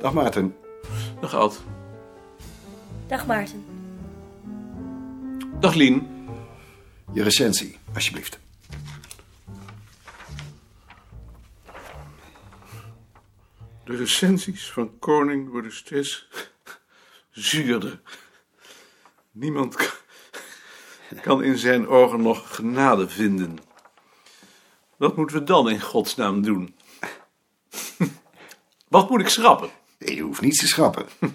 Dag Maarten. Dag Ad. Dag Maarten. Dag Lien. Je recensie, alsjeblieft. De recensies van Koning worden steeds zuurder. Niemand kan- kan in zijn ogen nog genade vinden. Wat moeten we dan in godsnaam doen? Wat moet ik schrappen? Nee, Je hoeft niet te schrappen.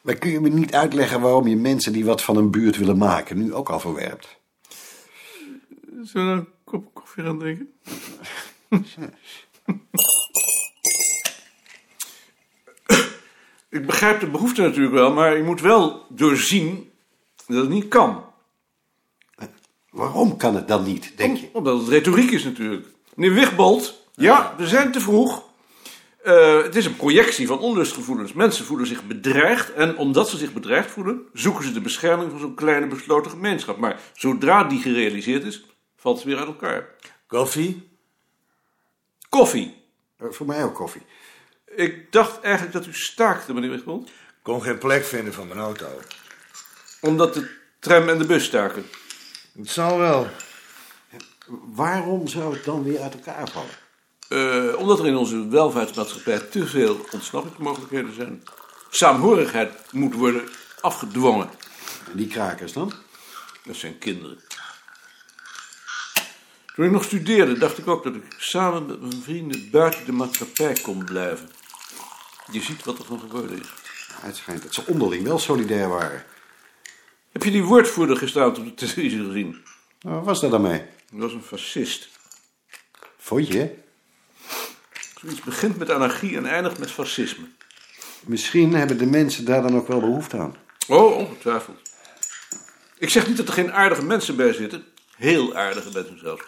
Maar kun je me niet uitleggen waarom je mensen die wat van een buurt willen maken nu ook al verwerpt? Zullen we nou een kop koffie gaan drinken? ik begrijp de behoefte natuurlijk wel, maar je moet wel doorzien dat het niet kan. Waarom kan het dan niet, denk je? Omdat het retoriek is natuurlijk. Meneer Wigbold, ja, we zijn te vroeg. Eh, het is een projectie van onlustgevoelens. Mensen voelen zich bedreigd en omdat ze zich bedreigd voelen, zoeken ze de bescherming van zo'n kleine besloten gemeenschap. Maar zodra die gerealiseerd is, valt ze weer uit elkaar. Koffie? Koffie. Eh, Voor mij ook koffie. Ik dacht eigenlijk dat u staakte, meneer Wigbold. Kon geen plek vinden van mijn auto. Omdat de tram en de bus staken. Het zal wel. Waarom zou het dan weer uit elkaar vallen? Eh, omdat er in onze welvaartsmaatschappij te veel ontsnappingsmogelijkheden zijn. Saamhorigheid moet worden afgedwongen. En die krakers dan? Nou, Dat zijn kinderen. Toen ik nog studeerde, dacht ik ook dat ik samen met mijn vrienden buiten de maatschappij kon blijven. Je ziet wat er van geworden is. Nou, het schijnt dat ze onderling wel solidair waren. Heb je die woordvoerder gisteravond op de televisie gezien? Nou, wat was dat dan mee? Dat was een fascist. Vond je? Zoiets begint met anarchie en eindigt met fascisme. Misschien hebben de mensen daar dan ook wel behoefte aan. Oh, ongetwijfeld. Ik zeg niet dat er geen aardige mensen bij zitten. Heel aardige mensen zelfs.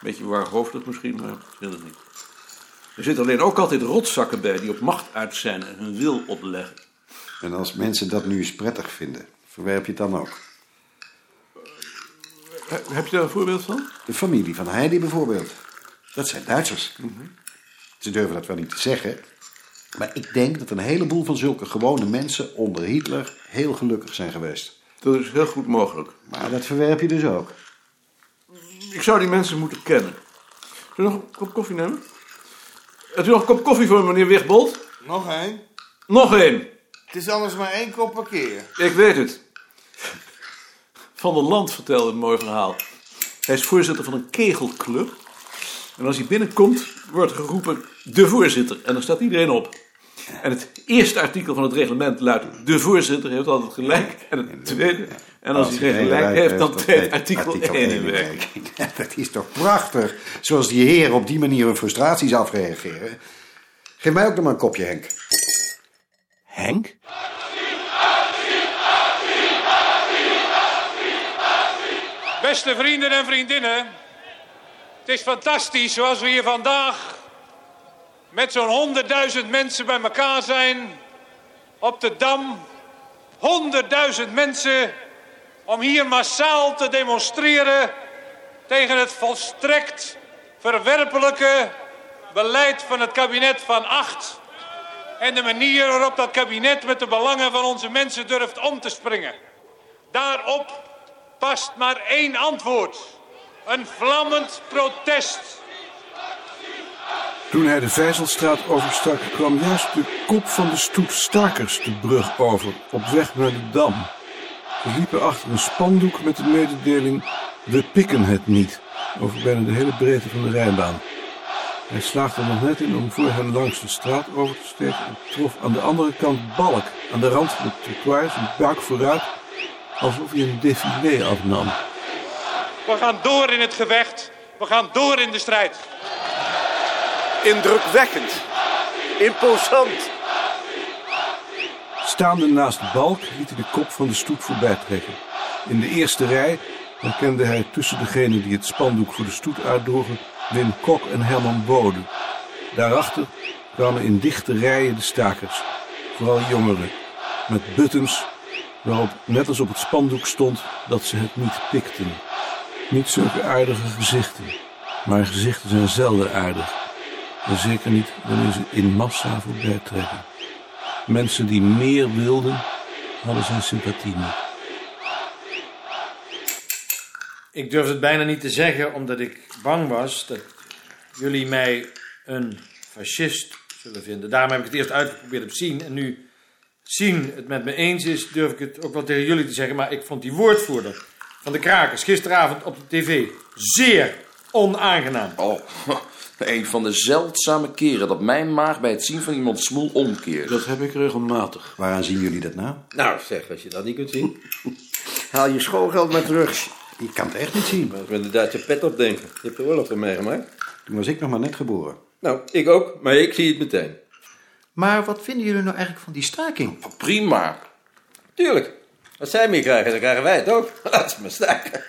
Beetje waarhoofdig misschien, maar ik vind het niet. Er zitten alleen ook altijd rotzakken bij die op macht uit zijn en hun wil opleggen. En als mensen dat nu eens prettig vinden, verwerp je het dan ook. He- Heb je daar een voorbeeld van? De familie van Heidi bijvoorbeeld. Dat zijn Duitsers. Mhm. Ze durven dat wel niet te zeggen. Maar ik denk dat een heleboel van zulke gewone mensen onder Hitler heel gelukkig zijn geweest. Dat is heel goed mogelijk. Maar dat verwerp je dus ook. Ik zou die mensen moeten kennen. Zullen we nog een kop koffie nemen? Heb je nog een kop koffie voor me, meneer Wigbold? Nog één? Nog één. Het is anders maar één kop per keer. Ik weet het. Van der Land vertelde een mooi verhaal. Hij is voorzitter van een kegelclub. En als hij binnenkomt, wordt geroepen de voorzitter. En dan staat iedereen op. En het eerste artikel van het reglement luidt... de voorzitter heeft altijd gelijk. En het tweede... en als hij geen gelijk heeft, dan treedt artikel 1 in werking. werking. Dat is toch prachtig, zoals die heren op die manier hun frustraties afreageren. Geef mij ook nog maar een kopje, Henk. Henk? Beste vrienden en vriendinnen, het is fantastisch zoals we hier vandaag met zo'n 100.000 mensen bij elkaar zijn op de Dam. 100.000 mensen om hier massaal te demonstreren tegen het volstrekt verwerpelijke beleid van het kabinet van acht en de manier waarop dat kabinet met de belangen van onze mensen durft om te springen. Daarop past maar één antwoord. Een vlammend protest. Toen hij de Vijzelstraat overstak, kwam juist de kop van de stoet stakers de brug over, op weg naar de dam. Ze liepen achter een spandoek met de mededeling: We pikken het niet, over bijna de hele breedte van de rijbaan. Hij slaagde er nog net in om voor hen langs de straat over te steken en trof aan de andere kant Balk aan de rand van het trottoir zijn buik vooruit, alsof hij een défilé afnam. We gaan door in het gevecht. We gaan door in de strijd. Indrukwekkend. Imposant. Staande naast de balk liet hij de kop van de stoet voorbij trekken. In de eerste rij herkende hij tussen degenen die het spandoek voor de stoet uitdroegen Wim Kok en Herman Bode. Daarachter kwamen in dichte rijen de stakers, vooral jongeren, met buttons waarop net als op het spandoek stond dat ze het niet pikten. Niet zulke aardige gezichten, maar gezichten zijn zelden aardig. En zeker niet wanneer ze in massa voorbij trekken. Mensen die meer wilden, hadden zijn sympathie niet. Ik durf het bijna niet te zeggen, omdat ik bang was dat jullie mij een fascist zullen vinden. Daarom heb ik het eerst uitgeprobeerd op zien. En nu zien het met me eens is, durf ik het ook wel tegen jullie te zeggen. Maar ik vond die woordvoerder van de krakers gisteravond op de tv zeer onaangenaam. Oh, een van de zeldzame keren dat mijn maag bij het zien van iemand smoel omkeert. Dat heb ik regelmatig. Waaraan zien jullie dat nou? Nou, zeg, als je dat niet kunt zien. Haal je schoolgeld maar terug. Ik kan het echt niet zien. Moet je inderdaad je pet opdenken. Je hebt de oorlog er meegemaakt. Toen was ik nog maar net geboren. Nou, ik ook, maar ik zie het meteen. Maar wat vinden jullie nou eigenlijk van die staking? Prima. Tuurlijk. Als zij meer krijgen, dan krijgen wij het ook. Laat ze maar staken.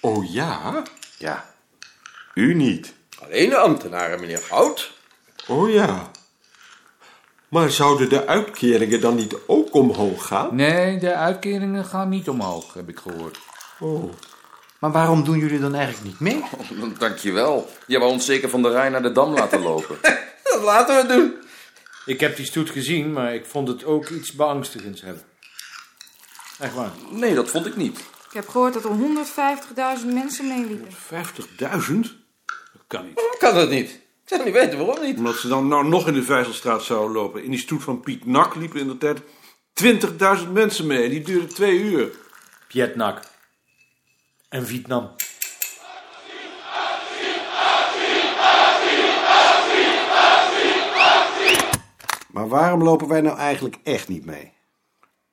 Oh ja? Ja, U niet. Alleen de ambtenaren, meneer Goud. Oh ja. Maar zouden de uitkeringen dan niet ook omhoog gaan? Nee, de uitkeringen gaan niet omhoog, heb ik gehoord. Oh. Maar waarom doen jullie dan eigenlijk niet mee? Dankjewel. Je wou ons zeker van de Rijn naar de Dam laten lopen. Dat laten we doen. Ik heb die stoet gezien, maar ik vond het ook iets beangstigends hebben. Echt waar. Nee, dat vond ik niet. Ik heb gehoord dat er 150.000 mensen meeliepen. 50.000? Dat kan niet. Kan dat niet? Ik zou niet weten waarom niet. Omdat ze dan nou nog in de Vijzelstraat zouden lopen. In die stoet van Piet Nak liepen in de tijd 20.000 mensen mee. En die duurde twee uur. Vietnam. En Vietnam. Maar waarom lopen wij nou eigenlijk echt niet mee?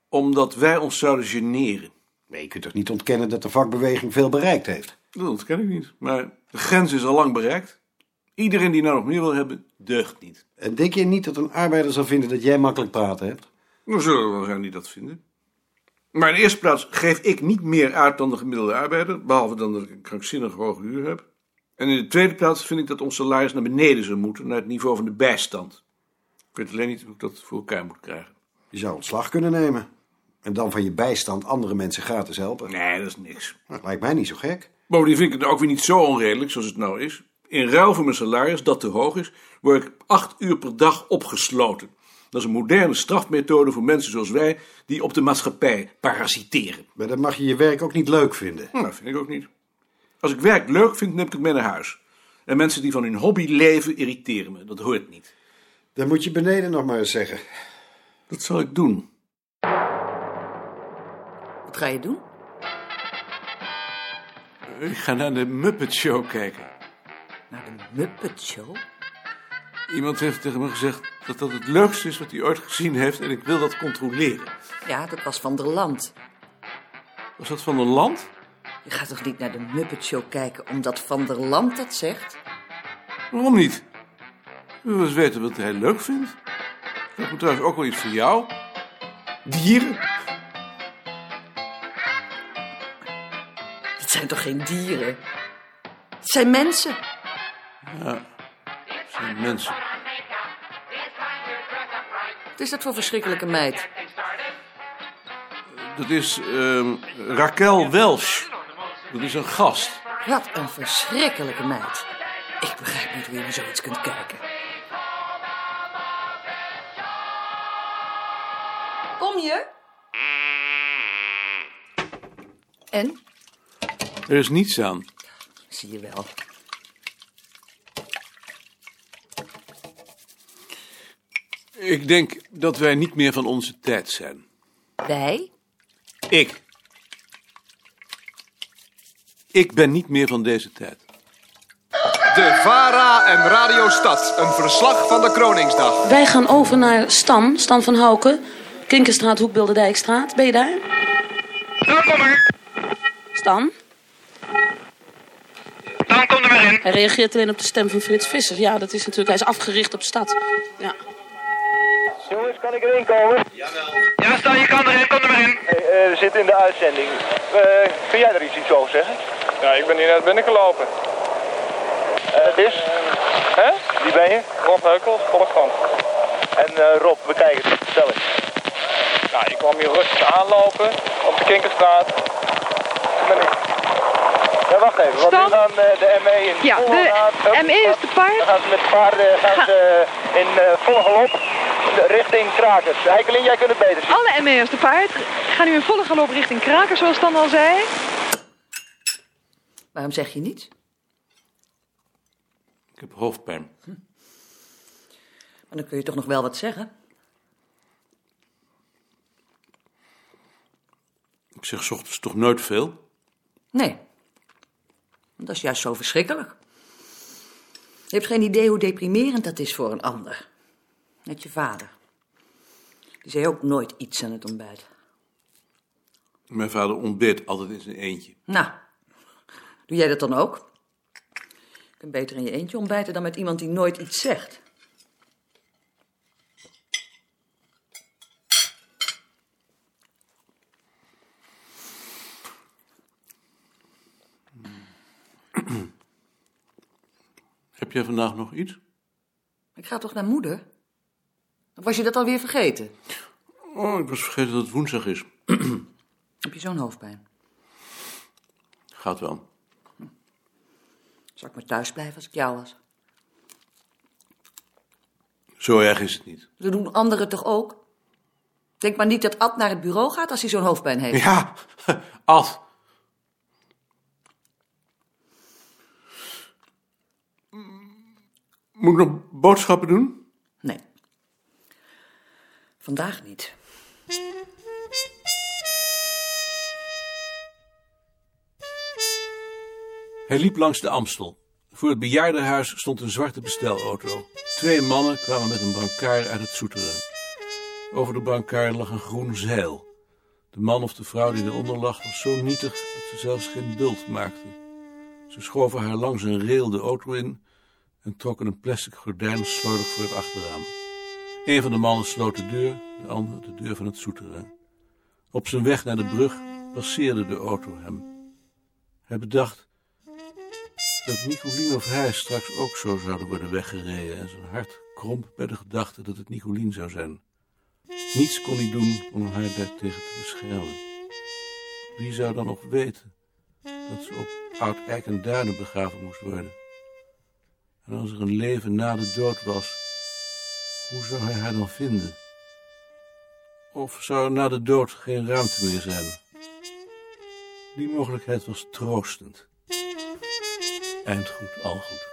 Omdat wij ons zouden generen. Nee, je kunt toch niet ontkennen dat de vakbeweging veel bereikt heeft? Dat ontken ik niet. Maar de grens is al lang bereikt. Iedereen die nou nog meer wil hebben, deugt niet. En denk je niet dat een arbeider zal vinden dat jij makkelijk praten hebt? Nou, zullen we wel zijn die dat vinden. Maar in de eerste plaats geef ik niet meer uit dan de gemiddelde arbeider, behalve dan dat ik een krankzinnig hoge huur heb. En in de tweede plaats vind ik dat ons salaris naar beneden zou moeten, naar het niveau van de bijstand. Ik weet alleen niet hoe ik dat voor elkaar moet krijgen. Je zou ontslag kunnen nemen. En dan van je bijstand andere mensen gratis helpen. Nee, dat is niks. Nou, lijkt mij niet zo gek. Bovendien vind ik het nou ook weer niet zo onredelijk zoals het nou is. In ruil voor mijn salaris, dat te hoog is, word ik acht uur per dag opgesloten. Dat is een moderne strafmethode voor mensen zoals wij, die op de maatschappij parasiteren. Maar dan mag je je werk ook niet leuk vinden. Hm, dat vind ik ook niet. Als ik werk leuk vind, neem ik het mee naar huis. En mensen die van hun hobby leven, irriteren me. Dat hoort niet. Dan moet je beneden nog maar eens zeggen. Dat zal ik doen. Wat ga je doen? Ik ga naar de Muppet Show kijken. Naar de Muppet Show? Iemand heeft tegen me gezegd dat dat het leukste is wat hij ooit gezien heeft en ik wil dat controleren. Ja, dat was van der Land. Was dat van een land? Je gaat toch niet naar de Muppet Show kijken omdat van der Land dat zegt? Waarom niet? Je wil eens weten wat hij leuk vindt. Ik moet trouwens ook wel iets voor jou. Dieren? Dat zijn toch geen dieren? Het zijn mensen. Ja, het zijn mensen. Wat is dat voor verschrikkelijke meid? Dat is ehm Raquel Welsh. Dat is een gast. Wat een verschrikkelijke meid. Ik begrijp niet hoe je naar zoiets kunt kijken. Kom je? En? Er is niets aan. Zie je wel. Ik denk dat wij niet meer van onze tijd zijn. Wij? Ik. Ik ben niet meer van deze tijd. De VARA en Radio Stad. Een verslag van de Kroningsdag. Wij gaan over naar Stan, Stan van Houken. Kinkerstraat, Hoekbilderdijkstraat. Ben je daar? Nou, kom maar. Stan? Dan kom er maar in. Hij reageert alleen op de stem van Frits Visser. Ja, dat is natuurlijk... Hij is afgericht op de stad. Ja. Jongens, kan ik erin komen? Jawel. Ja, Stan, je kan erin. Kom er maar in. we zitten in de uitzending. Eh, kun jij er iets over zeggen? Ja, ik ben hier net binnengelopen. Eh, Dat is? Hè? Wie ben je? Rob Heukels, collega. En eh, Rob, we kijken het. Vertel eens. Nou, ik kwam hier rustig aanlopen op de Kinkerstraat. Toen ben ik... Ja, wacht even. Want Stan? nu gaan eh, de ME in Ja, volle de raad. Hup, ME is hup. te paard. Dan gaan ze met paarden gaan ze in eh volle galop richting Krakers. Heikelin, jij kunt het beter zien. Alle ME'ers te paard gaan nu in volle galop richting Krakers, zoals Stan al zei. Waarom zeg je niets? Ik heb hoofdpijn. Hm. Maar dan kun je toch nog wel wat zeggen? Ik zeg 's ochtends toch nooit veel? Nee. Dat is juist zo verschrikkelijk. Je hebt geen idee hoe deprimerend dat is voor een ander. Net je vader. Die zei ook nooit iets aan het ontbijt. Mijn vader ontbeet altijd in zijn eentje. Nou, doe jij dat dan ook? Je kunt beter in je eentje ontbijten dan met iemand die nooit iets zegt. Heb jij vandaag nog iets? Ik ga toch naar moeder? Of was je dat alweer vergeten? Oh, ik was vergeten dat het woensdag is. Heb je zo'n hoofdpijn? Gaat wel. Zou ik maar thuis blijven als ik jou was? Zo erg is het niet. Dat doen anderen toch ook? Denk maar niet dat Ad naar het bureau gaat als hij zo'n hoofdpijn heeft. Ja, Ad. Moet ik nog boodschappen doen? Nee. Vandaag niet. Hij liep langs de Amstel. Voor het bejaardenhuis stond een zwarte bestelauto. Twee mannen kwamen met een brancard uit het Soeteren. Over de brancard lag een groen zeil. De man of de vrouw die eronder lag was zo nietig dat ze zelfs geen bult maakte. Ze schoven haar langs een rail de auto in en trokken een plastic gordijn slordig voor het achterraam. Een van de mannen sloot de deur, de ander de deur van het Soeteren. Op zijn weg naar de brug passeerde de auto hem. Hij bedacht dat Nicolien of hij straks ook zo zouden worden weggereden en zijn hart kromp bij de gedachte dat het Nicolien zou zijn. Niets kon hij doen om haar daartegen te beschermen. Wie zou dan nog weten dat ze op oud eik en duinen begraven moest worden? En als er een leven na de dood was, hoe zou hij haar dan vinden? Of zou er na de dood geen ruimte meer zijn? Die mogelijkheid was troostend. Eind goed, al goed.